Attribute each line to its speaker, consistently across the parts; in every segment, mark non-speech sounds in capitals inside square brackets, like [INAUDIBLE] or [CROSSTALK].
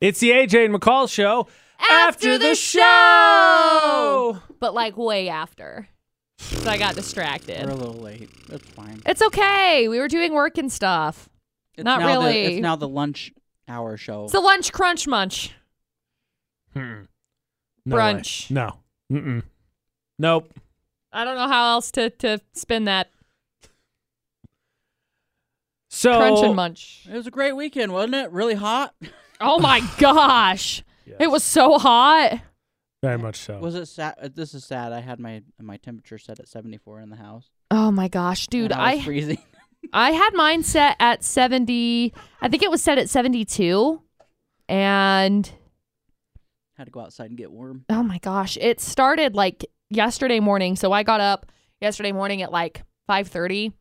Speaker 1: It's the AJ and McCall show
Speaker 2: After the show! but like way after. So I got
Speaker 3: We're a
Speaker 2: distracted.
Speaker 3: little late. It's fine.
Speaker 2: It's okay. We were doing work and stuff.
Speaker 3: It's
Speaker 2: Not
Speaker 3: now
Speaker 2: really.
Speaker 3: The, it's now the lunch hour show.
Speaker 2: It's a lunch crunch munch.
Speaker 1: Hmm. No way.
Speaker 2: Brunch.
Speaker 1: No. Mm-mm. Nope.
Speaker 2: I don't know how else to, to spin that
Speaker 1: So
Speaker 2: crunch and munch.
Speaker 3: it was a great weekend, wasn't it? Really hot.
Speaker 2: Oh my gosh.
Speaker 1: Yes.
Speaker 2: It was so hot.
Speaker 1: very much so.
Speaker 3: Was it sad? uh, This is sad. I had my my temperature set at 74 in the house.
Speaker 2: Oh my gosh, dude.
Speaker 3: and I
Speaker 2: I
Speaker 3: was freezing. [LAUGHS]
Speaker 2: I had mine set at 70. I think it was set at 72. And
Speaker 3: had to go outside and get warm.
Speaker 2: oh my gosh, it started like yesterday morning. So I got up yesterday morning at like 5:30.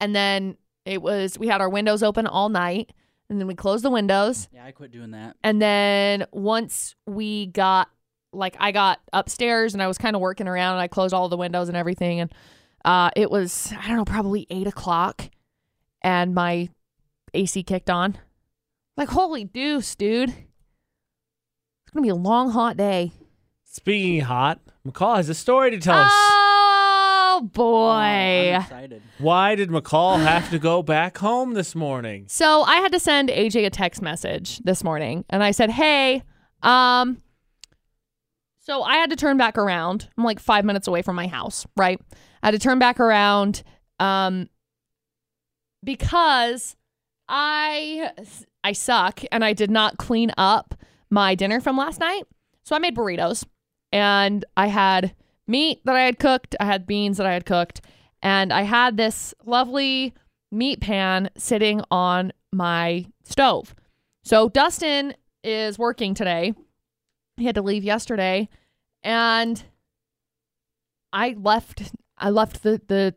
Speaker 2: And then it was we had our windows open all night and then we closed the windows
Speaker 3: Yeah, I quit doing that.
Speaker 2: and then once we got like I got upstairs and I was kind of working around and I closed all the windows and everything and uh, it was I don't know probably eight o'clock and my AC kicked on. Like holy deuce, dude! It's gonna be a long hot day.
Speaker 1: Speaking of hot, McCall has a story to tell
Speaker 3: Ah!
Speaker 1: us.
Speaker 2: Oh
Speaker 3: Oh,
Speaker 2: boy!
Speaker 3: I'm excited.
Speaker 1: Why did McCall have to go back home this morning?
Speaker 2: So I had to send AJ a text message this morning and I said, Hey, um, so I had to turn back around. I'm like five minutes away from my house, right? I had to turn back around um, because I I suck and I did not clean up my dinner from last night. So I made burritos and I had meat that I had cooked, I had beans that I had cooked, and I had this lovely meat pan sitting on my stove. So Dustin is working today. He had to leave yesterday and I left I left the the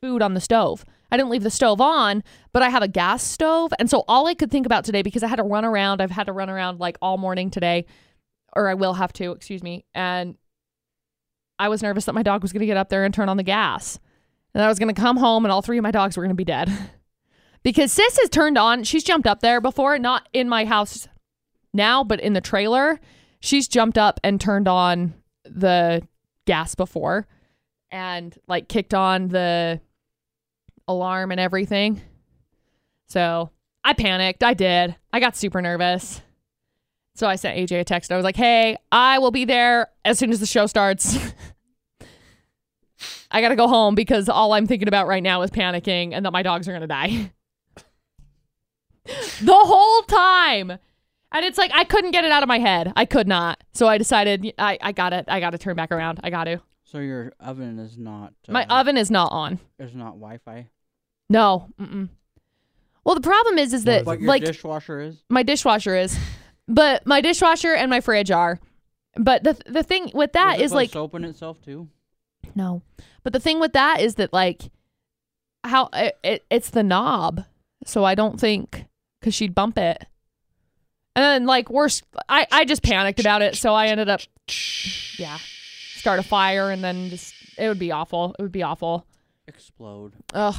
Speaker 2: food on the stove. I didn't leave the stove on, but I have a gas stove and so all I could think about today because I had to run around, I've had to run around like all morning today or I will have to, excuse me, and I was nervous that my dog was going to get up there and turn on the gas and I was going to come home and all three of my dogs were going to be dead. [LAUGHS] because Sis has turned on, she's jumped up there before, not in my house now, but in the trailer. She's jumped up and turned on the gas before and like kicked on the alarm and everything. So I panicked. I did. I got super nervous. So I sent AJ a text. I was like, hey, I will be there as soon as the show starts. [LAUGHS] I gotta go home because all I'm thinking about right now is panicking and that my dogs are gonna die. [LAUGHS] the whole time. And it's like I couldn't get it out of my head. I could not. So I decided I, I got it. I gotta turn back around. I gotta.
Speaker 3: So your oven is not uh,
Speaker 2: My oven is not on.
Speaker 3: is not Wi-Fi,
Speaker 2: No. Mm-mm. Well, the problem is is that
Speaker 3: but your
Speaker 2: like
Speaker 3: dishwasher is.
Speaker 2: my dishwasher is, but my dishwasher and my fridge are. But the the thing with that
Speaker 3: Does it,
Speaker 2: is like
Speaker 3: soap in itself too.
Speaker 2: No. But the thing with that is that like how it, it it's the knob. So I don't think cuz she'd bump it. And then like worse I I just panicked about it, so I ended up yeah, start a fire and then just it would be awful. It would be awful.
Speaker 3: Explode.
Speaker 2: Ugh.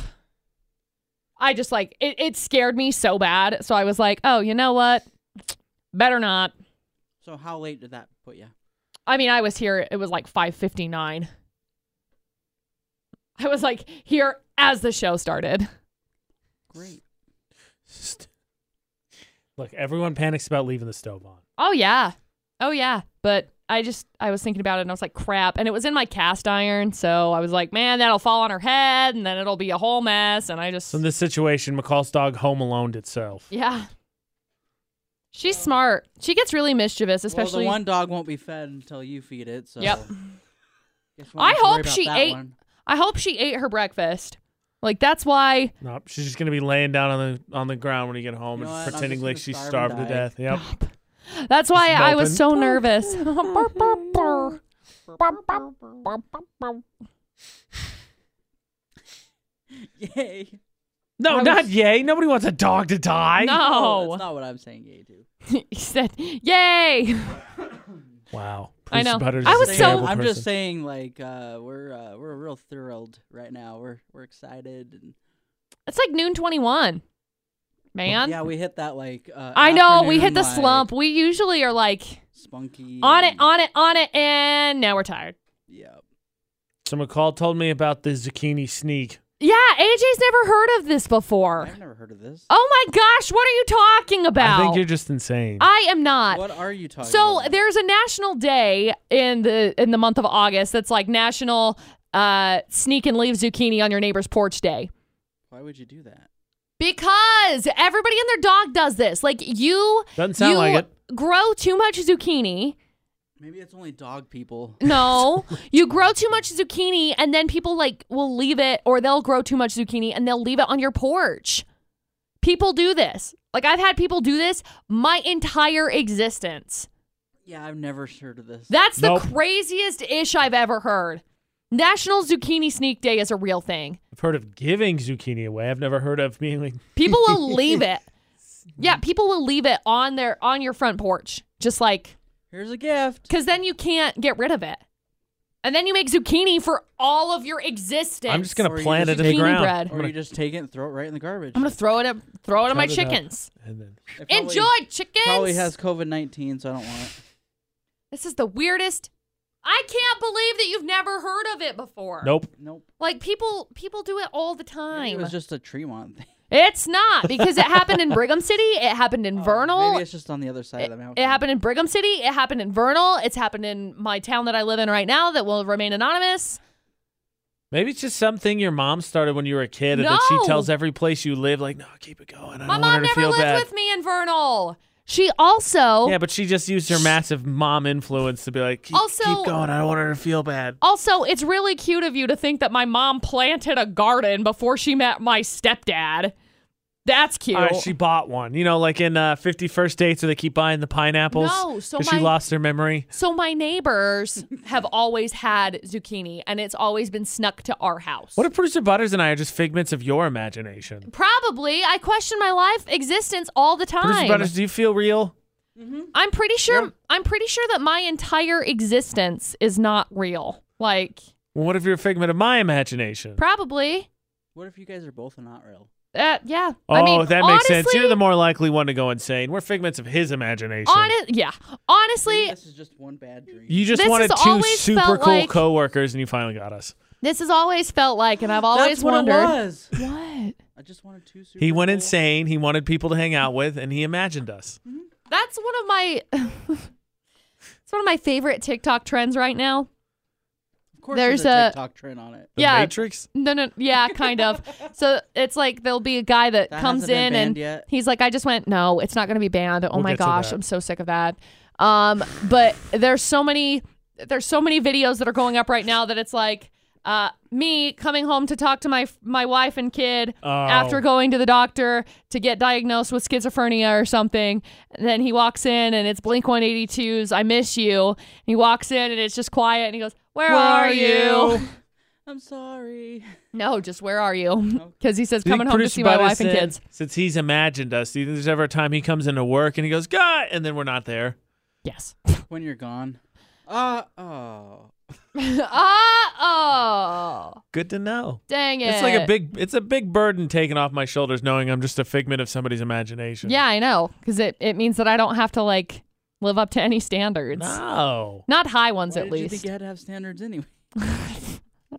Speaker 2: I just like it it scared me so bad. So I was like, "Oh, you know what? Better not."
Speaker 3: So how late did that put you?
Speaker 2: I mean, I was here. It was like five fifty nine. I was like here as the show started.
Speaker 3: Great.
Speaker 1: Look, everyone panics about leaving the stove on.
Speaker 2: Oh yeah, oh yeah. But I just I was thinking about it and I was like, crap. And it was in my cast iron, so I was like, man, that'll fall on her head, and then it'll be a whole mess. And I just
Speaker 1: So in this situation, McCall's dog home alone itself.
Speaker 2: yeah. She's smart. She gets really mischievous, especially.
Speaker 3: well, the one dog won't be fed until you feed it. So
Speaker 2: Yep.
Speaker 3: Guess we'll
Speaker 2: I
Speaker 3: have to worry
Speaker 2: hope
Speaker 3: about
Speaker 2: she
Speaker 3: that
Speaker 2: ate-
Speaker 3: one. [LAUGHS]
Speaker 2: I hope she ate her breakfast. Like that's why
Speaker 1: Nope, she's just gonna be laying down on the on the ground when you get home
Speaker 3: You know
Speaker 1: and
Speaker 3: what? I'm
Speaker 1: pretending
Speaker 3: just
Speaker 1: like
Speaker 3: gonna
Speaker 1: she's
Speaker 3: starve
Speaker 1: starved
Speaker 3: and
Speaker 1: to
Speaker 3: die.
Speaker 1: death. Yep.
Speaker 2: That's why
Speaker 1: Just
Speaker 2: I was
Speaker 1: moping.
Speaker 2: so [LAUGHS] nervous. Burr, burr, burr. Burr, burr, burr, burr, burr.
Speaker 3: Yay.
Speaker 1: No,
Speaker 2: I was-
Speaker 1: not yay. Nobody wants a dog to die.
Speaker 3: No,
Speaker 2: No.
Speaker 3: Oh, that's not what I'm saying. Yay to.
Speaker 2: [LAUGHS] he said, Yay.
Speaker 1: Wow.
Speaker 2: I
Speaker 1: Priest
Speaker 2: know.
Speaker 1: Butters
Speaker 2: I
Speaker 1: is a
Speaker 2: was so-
Speaker 1: terrible
Speaker 3: I'm
Speaker 1: person.
Speaker 3: just saying, like uh, we're uh, we're real thrilled right now. We're we're excited and
Speaker 2: It's like noon 21. man.
Speaker 3: yeah, we hit that like. Uh,
Speaker 2: Um, I know we hit the
Speaker 3: afternoon, like,
Speaker 2: slump. We usually are like
Speaker 3: Spunky.
Speaker 2: on it,
Speaker 3: and-
Speaker 2: on it, on it, and now we're tired.
Speaker 3: Yeah.
Speaker 1: So McCall told me about the zucchini sneak.
Speaker 2: Yeah, AJ's never heard of this before.
Speaker 3: I've never heard of this.
Speaker 2: Oh my gosh, what are you talking about?
Speaker 1: I think you're just insane.
Speaker 2: I am not.
Speaker 3: What are you talking?
Speaker 2: So
Speaker 3: about?
Speaker 2: there's a national day in the in the month of August that's like National uh, Sneak and Leave Zucchini on Your Neighbor's Porch Day.
Speaker 3: Why would you do that?
Speaker 2: Because everybody and their dog does this. Like you
Speaker 1: Doesn't sound
Speaker 2: you
Speaker 1: like it.
Speaker 2: grow too much zucchini.
Speaker 3: Maybe it's only dog people.
Speaker 2: No, you grow too much zucchini, and then people like will leave it, or they'll grow too much zucchini and they'll leave it on your porch. People do this. Like I've had people do this my entire existence.
Speaker 3: Yeah, I've never heard of this.
Speaker 2: That's the
Speaker 1: Nope.
Speaker 2: craziest ish I've ever heard. National Zucchini Sneak Day is a real thing.
Speaker 1: I've heard of giving zucchini away. I've never heard of being like,
Speaker 2: People
Speaker 1: [LAUGHS]
Speaker 2: will leave it. Yeah, people will leave it on their on your front porch, just like
Speaker 3: Here's a gift.
Speaker 2: because then you can't get rid of it, and then you make zucchini for all of your existence.
Speaker 1: I'm just going
Speaker 3: Or
Speaker 1: to
Speaker 3: you
Speaker 1: plant
Speaker 3: just
Speaker 1: it in the
Speaker 2: zucchini
Speaker 1: ground.
Speaker 2: bread.
Speaker 1: I'm
Speaker 3: Or
Speaker 1: gonna-
Speaker 3: you just take it and throw it right in the garbage.
Speaker 2: I'm gonna throw it up, throw it at my
Speaker 1: Shove it up.
Speaker 2: chickens.
Speaker 1: and then-
Speaker 3: It probably-
Speaker 2: Enjoy chickens.
Speaker 3: Probably has COVID nineteen, so I don't want it.
Speaker 2: This is the weirdest. I can't believe that you've never heard of it before.
Speaker 1: Nope.
Speaker 3: Nope.
Speaker 2: Like people, people do it all the
Speaker 3: Maybe
Speaker 2: time.
Speaker 3: it was just a Tremont thing.
Speaker 2: It's not because it happened in Brigham City. It happened
Speaker 1: Oh,
Speaker 2: in [LAUGHS] Vernal.
Speaker 3: Maybe it's just on the other side
Speaker 2: It,
Speaker 3: of the mountain.
Speaker 2: it happened in Brigham City. It happened in Vernal. It's happened in my town that I live in right now that will remain anonymous.
Speaker 1: Maybe it's just something your mom started when you were a kid and that she
Speaker 2: No.
Speaker 1: tells every place you live, like, no, keep it going. I
Speaker 2: My
Speaker 1: don't want her
Speaker 2: mom
Speaker 1: to
Speaker 2: never
Speaker 1: feel
Speaker 2: lived
Speaker 1: bad.
Speaker 2: with me in Vernal. She also
Speaker 1: Yeah, but she just used her massive mom influence to be like, keep,
Speaker 2: Also-
Speaker 1: keep going. I don't want her to feel bad.
Speaker 2: also it's really cute of you to think that my mom planted a garden before she met my stepdad. That's cute.
Speaker 1: All right, she bought one. You know, like in uh, 51st Dates where they keep buying the pineapples.
Speaker 2: No, so
Speaker 1: 'cause
Speaker 2: my-
Speaker 1: she lost her memory.
Speaker 2: so my neighbors have always had zucchini and it's always been snuck to our house.
Speaker 1: What if producer Butters and I are just figments of your imagination?
Speaker 2: Probably. I question my life existence all the
Speaker 1: Producer
Speaker 2: time.
Speaker 1: Butters, do you feel real?
Speaker 2: I'm pretty sure I'm pretty sure that my entire existence is not real. Like
Speaker 1: Well, what if you're a figment of my imagination?
Speaker 2: probably.
Speaker 3: What if you guys are both not real?
Speaker 2: Uh, yeah.
Speaker 1: Oh,
Speaker 2: I mean,
Speaker 1: that makes sense. You're
Speaker 2: honestly-
Speaker 1: the more likely one to go insane. We're figments of his imagination.
Speaker 2: Honest, yeah.
Speaker 3: Maybe
Speaker 2: Honestly,
Speaker 3: this is just one bad dream.
Speaker 1: you just
Speaker 2: this
Speaker 1: wanted
Speaker 2: has
Speaker 1: two
Speaker 2: always
Speaker 1: super
Speaker 2: felt
Speaker 1: cool
Speaker 2: like-
Speaker 1: coworkers, and you finally got us.
Speaker 2: this has always felt like, and I've always
Speaker 3: That's
Speaker 2: wondered.
Speaker 3: what it was.
Speaker 2: What?
Speaker 3: I just wanted two. Super
Speaker 1: He went
Speaker 3: cool-
Speaker 1: insane. He wanted people to hang out with, and he imagined us.
Speaker 2: That's one of my. [LAUGHS] it's one of my favorite TikTok trends right now.
Speaker 3: Of course,
Speaker 2: There's
Speaker 3: there's, a,
Speaker 2: a-
Speaker 3: TikTok trend on it.
Speaker 1: The
Speaker 2: Yeah.
Speaker 1: Matrix.
Speaker 2: No, no, yeah, kind
Speaker 3: [LAUGHS]
Speaker 2: of. so it's like there'll be a guy that,
Speaker 3: That
Speaker 2: comes
Speaker 3: hasn't been
Speaker 2: in and
Speaker 3: banned yet.
Speaker 2: he's like, I just went, no, it's not going to be banned. Oh
Speaker 1: We'll
Speaker 2: my
Speaker 1: get to
Speaker 2: gosh,
Speaker 1: that.
Speaker 2: I'm so sick of that. Um, but there's so many, there's so many videos that are going up right now that it's like, uh, me coming home to talk to my my wife and kid
Speaker 1: Oh.
Speaker 2: after going to the doctor to get diagnosed with schizophrenia or something. And then he walks in and it's Blink 182's "I Miss You." And he walks in and it's just quiet and he goes, "Where, are, you?
Speaker 3: I'm sorry.
Speaker 2: [LAUGHS] No, just where are [LAUGHS] you? Because he says
Speaker 1: Do you
Speaker 2: coming
Speaker 1: think
Speaker 2: home to
Speaker 1: producer
Speaker 2: see my
Speaker 1: Butters
Speaker 2: wife and
Speaker 1: said,
Speaker 2: kids.
Speaker 1: Since he's imagined us, do you think there's ever a time he comes into work and he goes, God, and then we're not there?
Speaker 2: Yes. [LAUGHS]
Speaker 3: When you're gone. Uh oh.
Speaker 2: oh,
Speaker 1: Good to know.
Speaker 2: dang it!
Speaker 1: It's like a big, it's a big burden taken off my shoulders knowing I'm just a figment of somebody's imagination.
Speaker 2: Yeah, I know, because it it means that I don't have to like live up to any standards.
Speaker 1: No.
Speaker 2: Not high ones,
Speaker 3: Why
Speaker 2: at
Speaker 3: did you think
Speaker 2: least.
Speaker 3: you had to have
Speaker 2: [LAUGHS]
Speaker 3: standards anyway? [LAUGHS]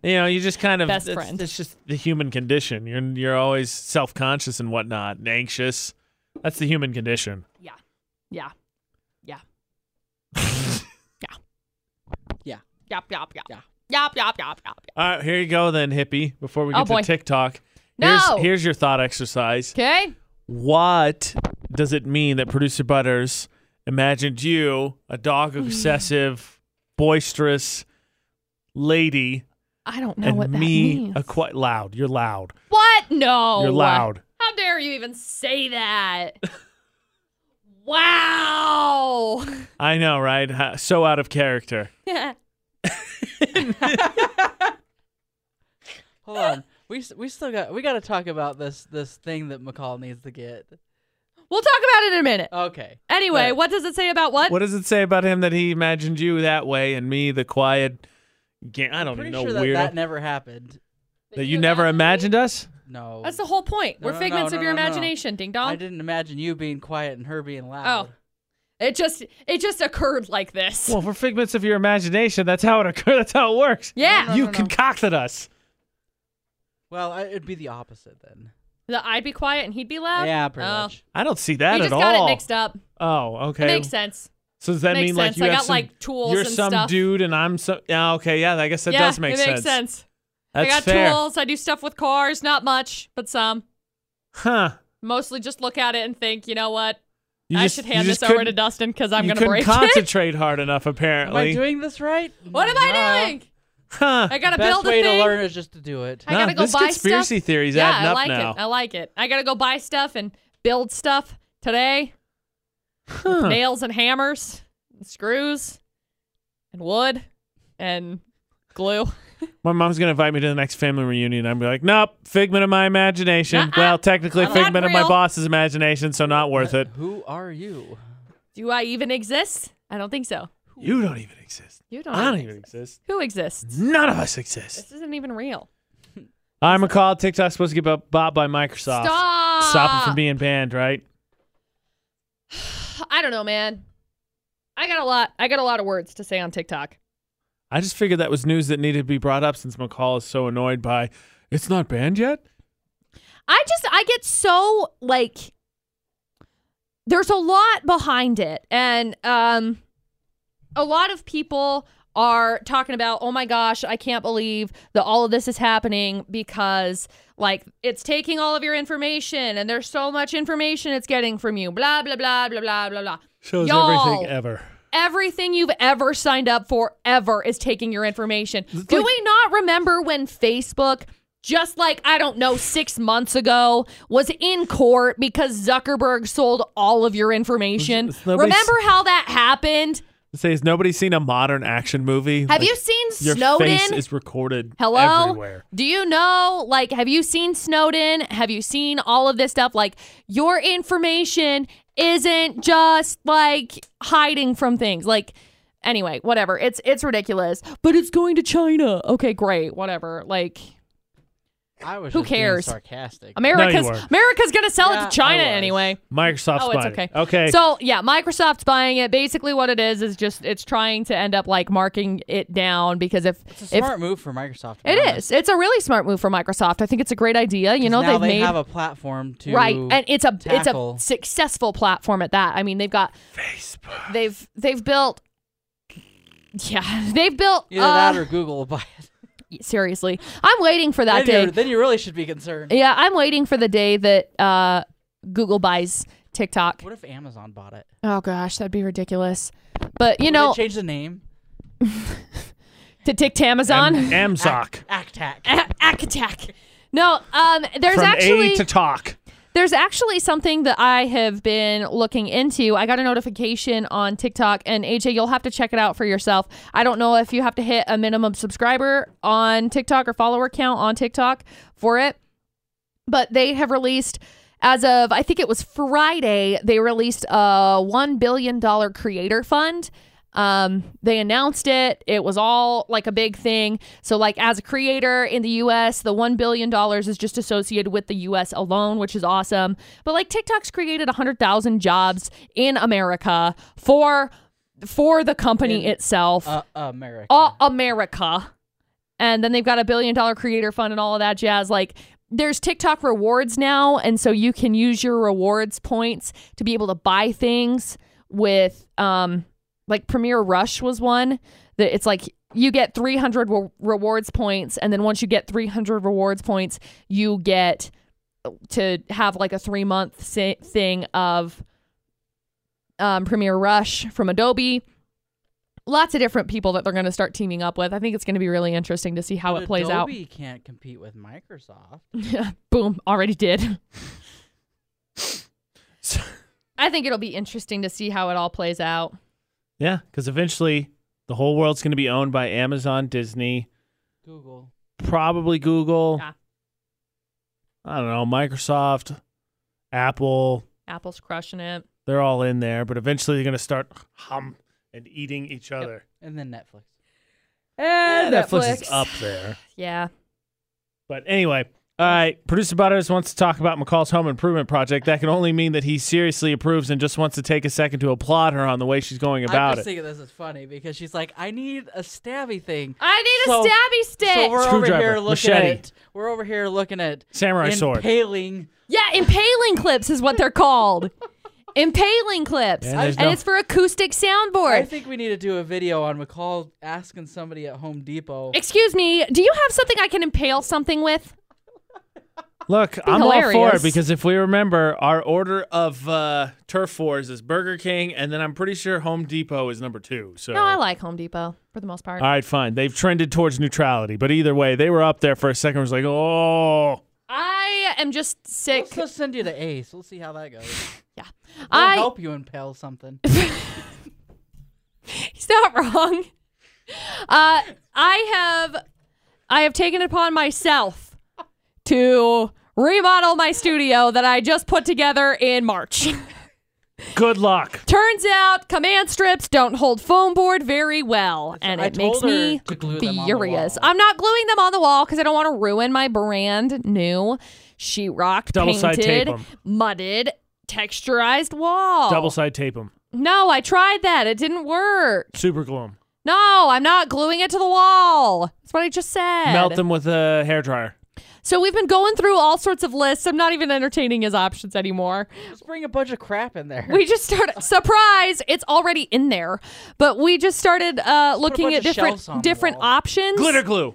Speaker 1: You know, you just kind of
Speaker 2: Best
Speaker 1: it's,
Speaker 2: friend.
Speaker 1: It's just the human condition. You're you're always self conscious and whatnot, and anxious. That's the human condition.
Speaker 2: yeah. Yeah. yeah.
Speaker 3: Yeah.
Speaker 2: Yop yop yop.
Speaker 3: Yeah.
Speaker 2: Yop yop yop yop.
Speaker 1: All right, here you go then, hippie. Before we
Speaker 2: Oh,
Speaker 1: get
Speaker 2: boy.
Speaker 1: to TikTok,
Speaker 2: No!
Speaker 1: here's, here's your thought exercise.
Speaker 2: Okay.
Speaker 1: What does it mean that producer Butters imagined you, a
Speaker 2: [SIGHS]
Speaker 1: dog obsessive, boisterous lady,
Speaker 2: I don't know
Speaker 1: and
Speaker 2: what that
Speaker 1: me,
Speaker 2: means.
Speaker 1: a quite loud? You're loud.
Speaker 2: what? No.
Speaker 1: You're loud.
Speaker 2: How dare you even say that? [LAUGHS] wow. [LAUGHS]
Speaker 1: I know, right? Ha- So out of character.
Speaker 3: Hold on. We s- we still got we got to talk about this this thing that McCall needs to get.
Speaker 2: We'll talk about it in a minute.
Speaker 3: Okay.
Speaker 2: Anyway,
Speaker 3: But-
Speaker 2: what does it say about what?
Speaker 1: What does it say about him that he imagined you that way and me, the quiet, ga- I don't
Speaker 3: Pretty
Speaker 1: even know
Speaker 3: sure that
Speaker 1: weirdo
Speaker 3: that never happened.
Speaker 1: that you never imagined us?
Speaker 3: no.
Speaker 2: That's the whole point.
Speaker 3: No,
Speaker 2: We're
Speaker 3: no, no,
Speaker 2: figments
Speaker 3: no,
Speaker 2: of your
Speaker 3: no, no.
Speaker 2: imagination, ding
Speaker 3: I
Speaker 2: dong.
Speaker 3: didn't imagine you being quiet and her being
Speaker 2: Oh.
Speaker 3: loud.
Speaker 2: It just it just occurred like this.
Speaker 1: Well, for figments of your imagination, that's how it occurs. [LAUGHS] That's how it works.
Speaker 2: yeah.
Speaker 1: you
Speaker 3: no, no.
Speaker 1: concocted us.
Speaker 3: Well, I, it'd be the opposite then.
Speaker 2: The I'd be quiet and he'd be loud.
Speaker 3: yeah, pretty
Speaker 2: oh.
Speaker 3: much.
Speaker 1: I don't see
Speaker 2: You
Speaker 1: that
Speaker 2: just
Speaker 1: at all.
Speaker 2: got it mixed up.
Speaker 1: Oh, okay.
Speaker 2: Makes sense.
Speaker 1: So does that
Speaker 2: Makes
Speaker 1: mean like
Speaker 2: sense.
Speaker 1: you
Speaker 2: I
Speaker 1: have
Speaker 2: got
Speaker 1: some,
Speaker 2: like tools
Speaker 1: you're
Speaker 2: and
Speaker 1: some
Speaker 2: stuff.
Speaker 1: dude and I'm some? Yeah, okay, yeah. I guess that
Speaker 2: yeah,
Speaker 1: does make
Speaker 2: it
Speaker 1: sense.
Speaker 2: makes sense.
Speaker 1: That's
Speaker 2: I got
Speaker 1: fair,
Speaker 2: tools. I do stuff with cars. Not much, but some.
Speaker 1: huh?
Speaker 2: Mostly just look at it and think, you know what?
Speaker 1: You
Speaker 2: I
Speaker 1: just-
Speaker 2: should
Speaker 1: you
Speaker 2: hand
Speaker 1: just
Speaker 2: this over
Speaker 1: couldn't-
Speaker 2: to Dustin because I'm
Speaker 1: you
Speaker 2: going to
Speaker 1: couldn't
Speaker 2: break it.
Speaker 1: concentrate hard enough,
Speaker 3: Am I
Speaker 1: apparently.
Speaker 3: doing this right?
Speaker 2: [LAUGHS] What am I
Speaker 3: No.
Speaker 2: doing?
Speaker 1: huh?
Speaker 2: I got to
Speaker 3: Best
Speaker 2: build a
Speaker 3: way
Speaker 2: thing.
Speaker 3: to learn is just to do it.
Speaker 2: I gotta
Speaker 1: Nah,
Speaker 2: go
Speaker 1: this
Speaker 2: buy
Speaker 1: conspiracy theory's
Speaker 2: yeah,
Speaker 1: adding
Speaker 2: I
Speaker 1: up
Speaker 2: like
Speaker 1: now.
Speaker 2: it. I like it. I got to go buy stuff and build stuff today.
Speaker 1: Huh.
Speaker 2: Nails and hammers, and screws, and wood, and glue.
Speaker 1: My mom's gonna invite me to the next family reunion. I'm gonna be like, nope, figment of my imagination.
Speaker 2: Nuh-uh.
Speaker 1: well, technically,
Speaker 2: Not
Speaker 1: figment of my
Speaker 2: real.
Speaker 1: boss's imagination, so not worth it.
Speaker 3: Who are you?
Speaker 2: Do I even exist? I don't think so.
Speaker 1: You don't even exist.
Speaker 2: You don't.
Speaker 1: I don't even exist.
Speaker 2: Who exists?
Speaker 1: None of us exist.
Speaker 2: This isn't even real.
Speaker 1: I'm a call. TikTok's supposed to get bu- bought by Microsoft.
Speaker 2: Stop.
Speaker 1: Stop it from being banned, right?
Speaker 2: I don't know, man. I got a lot. I got a lot of words to say on TikTok.
Speaker 1: I just figured that was news that needed to be brought up since McCall is so annoyed by it's not banned yet.
Speaker 2: I just I get so like there's a lot behind it and um a lot of people are talking about oh my gosh I can't believe that all of this is happening because like it's taking all of your information and there's so much information it's getting from you blah blah blah blah blah blah blah
Speaker 1: Shows
Speaker 2: Y'all.
Speaker 1: everything ever.
Speaker 2: everything you've ever signed up for ever is taking your information. Do
Speaker 1: like-
Speaker 2: we not remember when Facebook, just like, I don't know, six months ago, was in court because Zuckerberg sold all of your information?
Speaker 1: It's- it's nobody's-
Speaker 2: Remember how that happened?
Speaker 1: Say, has nobody seen a modern action movie?
Speaker 2: Have
Speaker 1: Like,
Speaker 2: you seen
Speaker 1: Your
Speaker 2: Snowden?
Speaker 1: face is recorded
Speaker 2: Hello?
Speaker 1: everywhere.
Speaker 2: Do you know, like, have you seen Snowden? Have you seen all of this stuff? Like, your information isn't just like hiding from things. Like, anyway, whatever. It's it's ridiculous. But it's going to China. Okay, great. Whatever. Like,
Speaker 3: I was
Speaker 2: Who
Speaker 3: just being
Speaker 2: cares?
Speaker 3: sarcastic.
Speaker 2: America's
Speaker 1: weren't.
Speaker 2: America's gonna sell
Speaker 3: Yeah,
Speaker 2: it
Speaker 3: I
Speaker 2: to China
Speaker 3: was.
Speaker 2: anyway.
Speaker 1: Microsoft's
Speaker 2: Oh, it's
Speaker 1: buying
Speaker 2: okay.
Speaker 1: it. Okay.
Speaker 2: So yeah, Microsoft's buying it. Basically, what it is is just it's trying to end up like marking it down because if
Speaker 3: It's a
Speaker 2: if
Speaker 3: smart move for Microsoft. to be
Speaker 2: it
Speaker 3: honest,
Speaker 2: is, it's a really smart move for Microsoft. I think it's a great idea. You
Speaker 3: 'cause
Speaker 2: know,
Speaker 3: Uh-huh. now
Speaker 2: they've
Speaker 3: they
Speaker 2: made
Speaker 3: have a platform to
Speaker 2: right and it's a
Speaker 3: tackle-
Speaker 2: it's a successful platform at that i mean they've got
Speaker 1: Facebook.
Speaker 2: they've they've built yeah [LAUGHS] they've built
Speaker 3: either
Speaker 2: uh,
Speaker 3: that or Google will buy it.
Speaker 2: [LAUGHS] seriously i'm waiting for that
Speaker 3: Then,
Speaker 2: day
Speaker 3: you then you really should be concerned.
Speaker 2: yeah i'm waiting for the day that uh google buys tiktok
Speaker 3: What if Amazon bought it?
Speaker 2: oh gosh that'd be ridiculous but you
Speaker 3: Would
Speaker 2: know
Speaker 3: they change the name.
Speaker 2: to tick tamazon
Speaker 1: M- MZOC.
Speaker 3: Actac.
Speaker 2: [LAUGHS] A- Ack attack no um there's
Speaker 1: From
Speaker 2: actually
Speaker 1: A to talk.
Speaker 2: There's actually something that I have been looking into. I got a notification on TikTok, and AJ, you'll have to check it out for yourself. I don't know if you have to hit a minimum subscriber on TikTok or follower count on TikTok for it, but they have released, as of I think it was Friday, they released a $1 billion creator fund. Um, they announced it. It was all like a big thing. So, like as a creator in the U.S., the one billion dollars is just associated with the U.S. alone, which is awesome. But like TikTok's created hundred thousand jobs in America for for the company
Speaker 3: In-
Speaker 2: itself,
Speaker 3: Uh, America.
Speaker 2: uh, America. And then they've got a billion dollar creator fund and all of that jazz. Like there's TikTok rewards now, and so you can use your rewards points to be able to buy things with um like Premier Rush was one that it's like you get 300 re- rewards points and then once you get 300 rewards points you get to have like a 3 month sa- thing of um Premier Rush from Adobe lots of different people that they're going to start teaming up with i think it's going to be really interesting to see how
Speaker 3: But
Speaker 2: it plays
Speaker 3: Adobe can't compete
Speaker 2: [LAUGHS]
Speaker 3: with Microsoft.
Speaker 2: out [LAUGHS] boom already
Speaker 3: [LAUGHS]
Speaker 2: did
Speaker 1: So-
Speaker 2: i think it'll be interesting to see how it all plays out
Speaker 1: Yeah, because eventually the whole world's going to be owned by Amazon, Disney,
Speaker 3: Google.
Speaker 1: probably Google.
Speaker 2: Yeah.
Speaker 1: I don't know, Microsoft, Apple.
Speaker 2: apple's crushing it
Speaker 1: They're all in there, but eventually they're going to start hum and eating each other.
Speaker 3: And then Netflix. Eh,
Speaker 1: Yeah, Netflix is up there.
Speaker 2: Yeah.
Speaker 1: But anyway, All right. Producer Butters wants to talk about McCall's home improvement project. That can only mean that he seriously approves and just wants to take a second to applaud her on the way she's going
Speaker 3: I'm
Speaker 1: about
Speaker 3: just
Speaker 1: it.
Speaker 3: thinking this is funny because she's like, I need a stabby thing.
Speaker 2: I need a
Speaker 3: So-
Speaker 2: stabby stick.
Speaker 3: So we're over
Speaker 1: Screwdriver,
Speaker 3: here looking
Speaker 1: machete.
Speaker 3: at we're over here looking at
Speaker 1: Samurai sword.
Speaker 3: impaling.
Speaker 2: yeah, impaling clips is what they're called. impaling clips.
Speaker 1: Yeah, there's
Speaker 2: and
Speaker 1: no-
Speaker 2: it's for acoustic
Speaker 3: I
Speaker 2: soundboard.
Speaker 3: think we need to do a video on McCall asking somebody at Home Depot.
Speaker 2: Excuse me, do you have something I can impale something with?
Speaker 1: Look, I'm all for it
Speaker 2: hilarious.
Speaker 1: because if we remember, our order of uh, turf wars is Burger King, and then I'm pretty sure Home Depot is number two. So
Speaker 2: No, I like Home Depot for the most part.
Speaker 1: All right, fine. They've trended towards neutrality, but either way, they were up there for a second. It was like, oh,
Speaker 2: I am just sick.
Speaker 3: Let's just send you to Ace. We'll see how that goes. We'll
Speaker 2: I [LAUGHS]
Speaker 3: help you impale something.
Speaker 2: He's not wrong. Uh, I have, I have taken it upon myself to remodel my studio that I just put together in March.
Speaker 1: good luck.
Speaker 2: Turns out, command strips don't hold foam board very well, and
Speaker 3: I
Speaker 2: it makes
Speaker 3: told her
Speaker 2: me
Speaker 3: to glue them on the
Speaker 2: furious.
Speaker 3: wall.
Speaker 2: I'm not gluing them on the wall because I don't want to ruin my brand new sheetrocked,
Speaker 1: Double-side tape
Speaker 2: painted,
Speaker 1: 'em.
Speaker 2: mudded, texturized wall.
Speaker 1: Double side tape them,
Speaker 2: No, I tried that. It didn't work.
Speaker 1: super glue 'em.
Speaker 2: No, I'm not gluing it to the wall. That's what I just said.
Speaker 1: melt them with a hair dryer.
Speaker 2: So we've been going through all sorts of lists. I'm not even entertaining his options anymore.
Speaker 3: Just bring a bunch of crap in there.
Speaker 2: We just started surprise, it's already in there. But we just started uh, looking at
Speaker 3: bunch of shelves on
Speaker 2: different
Speaker 3: the
Speaker 2: different
Speaker 3: wall.
Speaker 2: options.
Speaker 1: Glitter glue.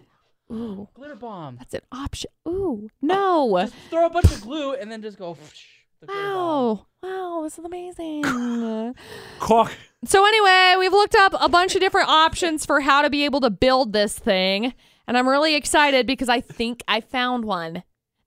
Speaker 2: Ooh,
Speaker 3: Glitter bomb.
Speaker 2: that's an option. Ooh, no.
Speaker 3: Just throw a bunch of glue and then just go. [LAUGHS] the glitter bomb.
Speaker 2: Wow. Wow, this is
Speaker 3: [LAUGHS]
Speaker 2: amazing.
Speaker 1: Cork.
Speaker 2: So anyway, we've looked up a bunch of different options for how to be able to build this thing, and I'm really excited because I think I found one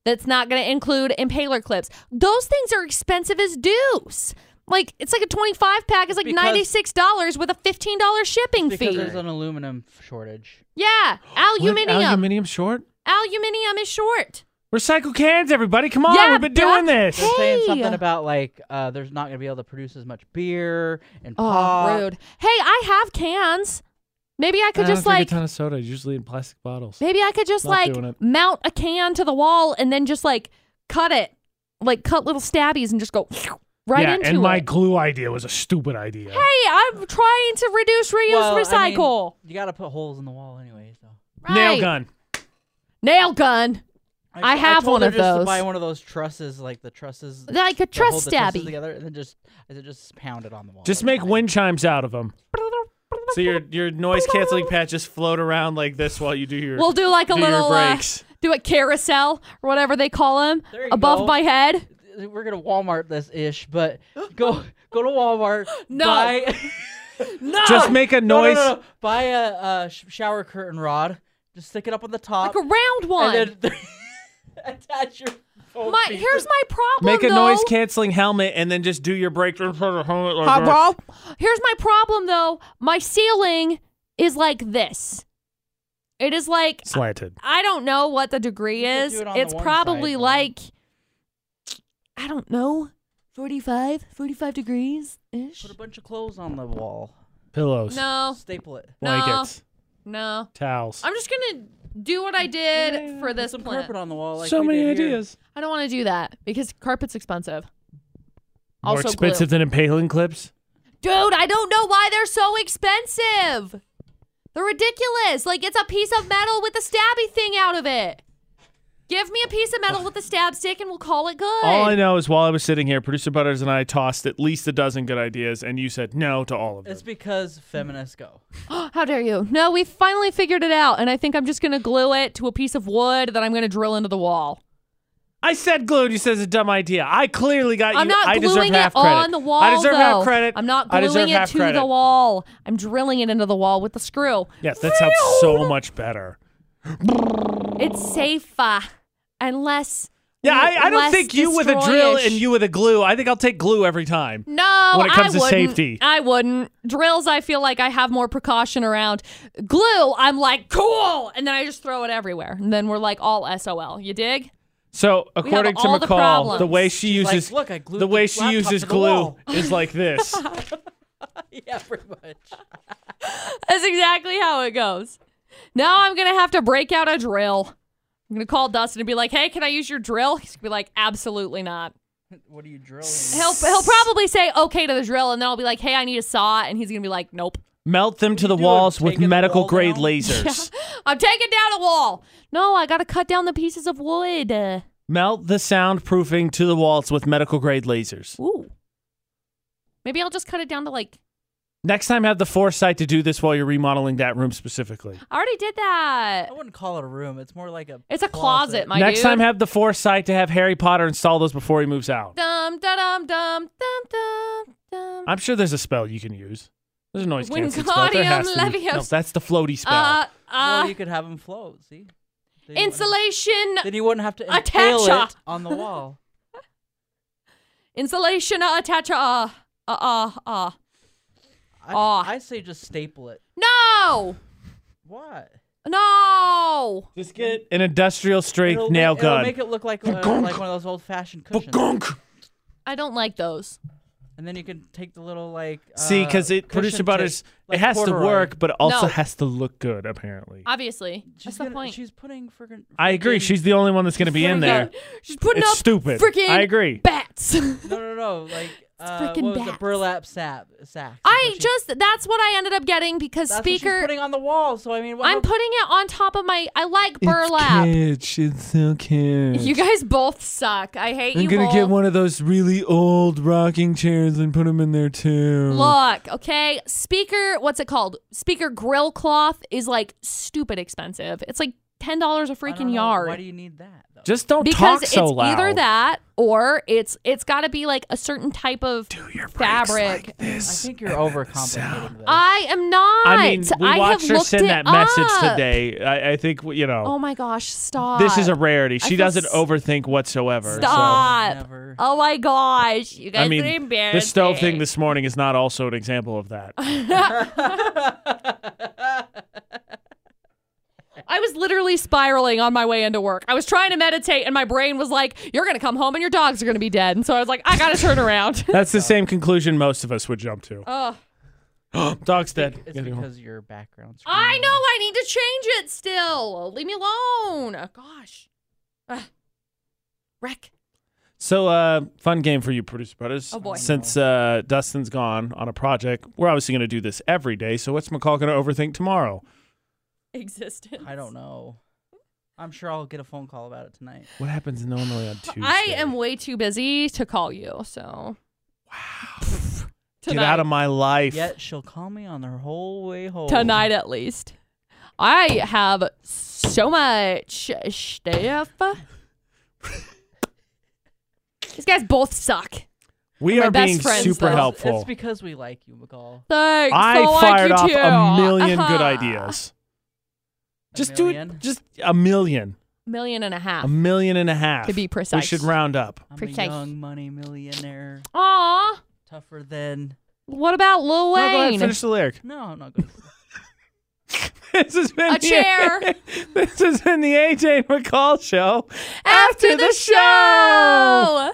Speaker 2: that's not going to include impaler clips. Those things are expensive as deuce. Like it's like a 25 pack is like
Speaker 3: Because-
Speaker 2: $96 with a $15 shipping
Speaker 3: Because
Speaker 2: fee.
Speaker 3: there's an aluminum shortage.
Speaker 2: yeah, aluminum.
Speaker 1: What? Aluminium short.
Speaker 2: aluminum is short.
Speaker 1: Recycle cans, everybody. Come on,
Speaker 2: Yeah,
Speaker 1: we've been
Speaker 2: duh.
Speaker 1: doing this.
Speaker 2: Hey.
Speaker 3: They're saying something about like uh, there's not gonna be able to produce as much beer and
Speaker 2: Oh,
Speaker 3: pop.
Speaker 2: rude. Hey, I have cans. Maybe I could just like
Speaker 1: of soda, usually in plastic bottles.
Speaker 2: Maybe I could just
Speaker 1: Not
Speaker 2: like
Speaker 1: doing it.
Speaker 2: mount a can to the wall and then just like cut it, like cut little stabbies and just go right
Speaker 1: yeah,
Speaker 2: into
Speaker 1: and
Speaker 2: it.
Speaker 1: my glue idea was a stupid idea.
Speaker 2: hey, I'm trying to reduce, reuse,
Speaker 3: Well, I mean,
Speaker 2: recycle.
Speaker 3: you gotta put holes in the wall anyway. So
Speaker 1: Nail
Speaker 2: Right.
Speaker 1: gun.
Speaker 2: Nail gun. I have one
Speaker 3: told her
Speaker 2: of
Speaker 3: just to
Speaker 2: those.
Speaker 3: buy one of those trusses, like the trusses.
Speaker 2: Like a
Speaker 3: that hold
Speaker 2: truss
Speaker 3: the trusses
Speaker 2: stabby.
Speaker 3: together, and then just and then just pound it on the wall.
Speaker 1: Just make wind chimes out of
Speaker 2: [LAUGHS]
Speaker 1: them. So your your noise canceling pad just float around like this while you do your.
Speaker 2: We'll do like a
Speaker 1: Do your
Speaker 2: little uh,
Speaker 1: breaks.
Speaker 2: do a carousel or whatever they call them
Speaker 3: There you
Speaker 2: above
Speaker 3: go.
Speaker 2: my head.
Speaker 3: We're gonna Walmart this
Speaker 2: [GASPS]
Speaker 3: ish, but go go to Walmart.
Speaker 2: No. [LAUGHS]
Speaker 3: buy,
Speaker 2: No,
Speaker 1: just make a
Speaker 3: no, no,
Speaker 1: noise.
Speaker 3: no, no. buy a, uh sh- shower curtain rod. Just stick it up on the top,
Speaker 2: like a round one.
Speaker 3: and then [LAUGHS] attach your. phone
Speaker 2: my
Speaker 3: piece.
Speaker 2: here's my problem.
Speaker 1: Make a
Speaker 2: though.
Speaker 1: noise canceling helmet and then just do your break. Helmet
Speaker 2: bro. Here's my problem though. My ceiling is like this. It is like
Speaker 1: slanted.
Speaker 2: I don't know what the degree
Speaker 3: You could
Speaker 2: is.
Speaker 3: do it on the
Speaker 2: it's
Speaker 3: one
Speaker 2: probably
Speaker 3: side, though.
Speaker 2: like I don't know, 45, 45 degrees ish.
Speaker 3: Put a bunch of clothes on the wall.
Speaker 1: Pillows,
Speaker 2: No,
Speaker 3: Staple it.
Speaker 2: No.
Speaker 1: blankets,
Speaker 2: no.
Speaker 1: towels.
Speaker 2: I'm just gonna do what I did for this
Speaker 3: Some
Speaker 2: plant.
Speaker 3: carpet on the wall. Like
Speaker 1: so
Speaker 3: we
Speaker 1: many
Speaker 3: did here.
Speaker 1: ideas.
Speaker 2: I don't want to do that because carpet's expensive.
Speaker 1: More
Speaker 2: also
Speaker 1: expensive than impaling clips.
Speaker 2: Dude, I don't know why they're so expensive. They're ridiculous. Like it's a piece of metal with a stabby thing out of it. Give me a piece of metal with a stab stick and we'll call it good.
Speaker 1: All I know is while I was sitting here, producer Butters and I tossed at least a dozen good ideas, and you said no to all of them.
Speaker 3: It's
Speaker 2: Mm.
Speaker 3: because
Speaker 2: [LAUGHS]
Speaker 3: feminists go.
Speaker 2: How dare you? No, we finally figured it out and I think I'm just going to glue it to a piece of wood that I'm going to drill into the wall.
Speaker 1: I said glued. You said it's a dumb idea. I clearly got
Speaker 2: I'm
Speaker 1: you.
Speaker 2: not
Speaker 1: I deserve
Speaker 2: gluing it
Speaker 1: half credit.
Speaker 2: on the wall.
Speaker 1: I deserve
Speaker 2: though.
Speaker 1: half credit.
Speaker 2: I'm not
Speaker 1: I deserve
Speaker 2: gluing it
Speaker 1: half
Speaker 2: to
Speaker 1: credit.
Speaker 2: the wall. I'm drilling it into the wall with the screw.
Speaker 1: Yes, that sounds so much better.
Speaker 2: It's safer and less
Speaker 1: Yeah, I, I don't
Speaker 2: less
Speaker 1: think you with a drill
Speaker 2: destroyish.
Speaker 1: and you with a glue. I think I'll take glue every time.
Speaker 2: No,
Speaker 1: when it comes
Speaker 2: I
Speaker 1: to
Speaker 2: wouldn't.
Speaker 1: safety.
Speaker 2: I wouldn't. Drills, I feel like I have more precaution around. Glue, I'm like, cool. And then I just throw it everywhere. And then we're like all SOL. You dig?
Speaker 1: So
Speaker 2: have
Speaker 1: according to
Speaker 2: all the
Speaker 1: McCall, the,
Speaker 2: problems.
Speaker 1: way she
Speaker 3: like,
Speaker 1: uses
Speaker 3: "Look, I glued
Speaker 1: the way
Speaker 3: the
Speaker 1: she
Speaker 3: laptop
Speaker 1: uses
Speaker 3: to the
Speaker 1: glue
Speaker 3: wall."
Speaker 1: is like [LAUGHS] this.
Speaker 3: yeah, pretty much.
Speaker 2: [LAUGHS] That's exactly how it goes. Now I'm going to have to break out a drill. I'm gonna call Dustin and be like, "Hey, can I use your drill?" He's gonna be like, "Absolutely not."
Speaker 3: What are you drilling?
Speaker 2: He'll he'll probably say okay to the drill, and then I'll be like, "Hey, I need a saw," and he's gonna be like, "Nope,
Speaker 1: Melt them to
Speaker 3: you
Speaker 1: the
Speaker 3: do,
Speaker 1: walls with
Speaker 3: taking the
Speaker 1: medical
Speaker 3: wall
Speaker 1: grade
Speaker 3: down?
Speaker 1: lasers.
Speaker 2: I'm taking down a wall. No, I gotta cut down the pieces of wood." Uh,
Speaker 1: Melt the soundproofing to the walls with medical grade lasers.
Speaker 2: ooh, maybe I'll just cut it down to like
Speaker 1: Next time, have the foresight to do this while you're remodeling that room specifically.
Speaker 2: I already did that.
Speaker 3: I wouldn't call it a room. It's more like a.
Speaker 2: It's a closet, my
Speaker 1: Next
Speaker 2: dude.
Speaker 1: time, have the foresight to have Harry Potter install those before he moves out.
Speaker 2: dum da dum dum dum dum dum.
Speaker 1: I'm sure there's a spell you can use. There's a noise canceling spell. There
Speaker 2: Wingardium
Speaker 1: has to be. No,
Speaker 2: Leviosa.
Speaker 1: that's the floaty spell.
Speaker 2: uh,
Speaker 3: well,
Speaker 2: uh,
Speaker 3: you could have them float. See. Then you wouldn't-
Speaker 2: insulation,
Speaker 3: Then you wouldn't have to
Speaker 2: Attach
Speaker 3: impale
Speaker 2: her.
Speaker 3: it on the
Speaker 2: [LAUGHS]
Speaker 3: wall.
Speaker 2: insulation, uh, attach, uh, uh, uh, uh.
Speaker 3: I,
Speaker 2: Aw.
Speaker 3: I say just staple it.
Speaker 2: No,
Speaker 3: What?
Speaker 2: no.
Speaker 1: Just get an industrial strength
Speaker 3: It'll,
Speaker 1: nail
Speaker 3: make, it'll
Speaker 1: gun.
Speaker 3: make it look like uh, like one
Speaker 1: Ba-gunk.
Speaker 3: of those old fashioned cushions.
Speaker 1: Ba-gunk.
Speaker 2: I don't like those.
Speaker 3: And then you can take the little like. Uh,
Speaker 1: See, because it producer
Speaker 3: cushion
Speaker 1: butters,
Speaker 3: tape, like
Speaker 1: it has to
Speaker 3: corduroy.
Speaker 1: work, but also
Speaker 2: No.
Speaker 1: has to look good. Apparently,
Speaker 2: Obviously,
Speaker 3: She's
Speaker 2: that's the
Speaker 3: gonna-
Speaker 2: point.
Speaker 3: She's putting friggin'.
Speaker 1: I agree.
Speaker 3: friggin-
Speaker 1: She's the only one that's going to be in there.
Speaker 2: She's putting
Speaker 1: It's
Speaker 2: up
Speaker 1: stupid.
Speaker 2: Freaking
Speaker 1: I agree.
Speaker 2: Bats.
Speaker 3: [LAUGHS]
Speaker 2: [LAUGHS]
Speaker 3: No, no, no. Like uh,
Speaker 2: frickin'
Speaker 3: what was
Speaker 2: bats.
Speaker 3: it? Burlap sap sack.
Speaker 2: I just that's what I ended up getting because
Speaker 3: That's What she's
Speaker 2: speaker.
Speaker 3: putting on the wall. So I mean, what
Speaker 2: I'm
Speaker 3: else-
Speaker 2: putting it on top of my. I like burlap.
Speaker 1: It's kitsch. It's so kitsch.
Speaker 2: You guys both suck. I hate you. both.
Speaker 1: one of those really old rocking chairs and put them in there too.
Speaker 2: Look, okay, speaker, what's it called? Speaker grill cloth is like stupid expensive. It's like ten dollars a
Speaker 3: I don't
Speaker 2: freaking
Speaker 3: know,
Speaker 2: yard.
Speaker 3: Why do you need that? Though?
Speaker 1: Just don't
Speaker 2: because
Speaker 1: talk so
Speaker 2: it's
Speaker 1: loud.
Speaker 2: either that or it's it's got to be like a certain type of fabric.
Speaker 3: I think
Speaker 1: [LAUGHS]
Speaker 3: you're overcomplicating this.
Speaker 2: I am not.
Speaker 1: I mean, we
Speaker 2: I
Speaker 1: watched
Speaker 2: have
Speaker 1: her
Speaker 2: looked
Speaker 1: send
Speaker 2: it
Speaker 1: that message
Speaker 2: up.
Speaker 1: today. I, I think you
Speaker 2: Oh
Speaker 1: know
Speaker 2: my gosh! Stop.
Speaker 1: this is a rarity. She
Speaker 2: feel
Speaker 1: doesn't
Speaker 2: s-
Speaker 1: overthink whatsoever.
Speaker 2: Stop.
Speaker 3: Never.
Speaker 2: Oh my gosh! You
Speaker 1: So,
Speaker 2: guys
Speaker 1: I
Speaker 2: are
Speaker 1: mean, the
Speaker 2: embarrassing.
Speaker 1: stove thing this morning is not also an example of
Speaker 2: [LAUGHS]
Speaker 1: that.
Speaker 2: I was literally spiraling on my way into work. I was trying to meditate, and my brain was like, "You're gonna come home, and your dogs are gonna be dead." And so I was like, "I gotta turn around." [LAUGHS]
Speaker 1: That's the same conclusion most of us would jump
Speaker 2: [GASPS]
Speaker 1: to.
Speaker 2: Ugh.
Speaker 1: Dog's dead.
Speaker 3: It's
Speaker 1: Gotta go.
Speaker 3: because your background.
Speaker 2: I know I need to change it still. Leave me alone. Gosh. Ugh. Wreck.
Speaker 1: So, uh, fun game for you, producer brothers.
Speaker 2: Oh, boy.
Speaker 1: Since uh, Dustin's gone on a project, we're obviously going to do this every day. So, what's McCall going to overthink tomorrow?
Speaker 2: Existence.
Speaker 3: I don't know. I'm sure I'll get a phone call about it tonight.
Speaker 1: What happens normally on Tuesday?
Speaker 2: I am way too busy to call you, so. [LAUGHS] Wow.
Speaker 1: Get out of my life.
Speaker 3: Yet she'll call me on her whole way home.
Speaker 2: Tonight, at least. I have so much
Speaker 1: [LAUGHS]
Speaker 2: stuff. These guys both suck.
Speaker 1: we
Speaker 2: my
Speaker 1: are
Speaker 2: best
Speaker 1: being
Speaker 2: friends,
Speaker 1: super
Speaker 2: though.
Speaker 1: helpful.
Speaker 3: It's because we like you, McCall.
Speaker 2: Thanks.
Speaker 1: I
Speaker 2: so like
Speaker 1: fired
Speaker 2: you
Speaker 1: off
Speaker 2: too.
Speaker 1: a 1000000 good
Speaker 2: Uh-huh.
Speaker 1: ideas.
Speaker 3: A
Speaker 1: Just do
Speaker 3: million?
Speaker 1: it. Just a million.
Speaker 2: Million and a half.
Speaker 1: A million and a half.
Speaker 2: To be
Speaker 1: We
Speaker 2: precise.
Speaker 1: should round up.
Speaker 3: I'm
Speaker 2: Precise.
Speaker 3: a young money millionaire,
Speaker 2: Aw.
Speaker 3: tougher than.
Speaker 2: What about Lil
Speaker 1: No, go ahead.
Speaker 2: Wayne?
Speaker 1: Finish the lyric.
Speaker 3: No, I'm not good.
Speaker 1: [LAUGHS] This has been
Speaker 2: A
Speaker 1: the- [LAUGHS]
Speaker 2: chair.
Speaker 1: this has been the AJ and McCall show.
Speaker 2: After the show.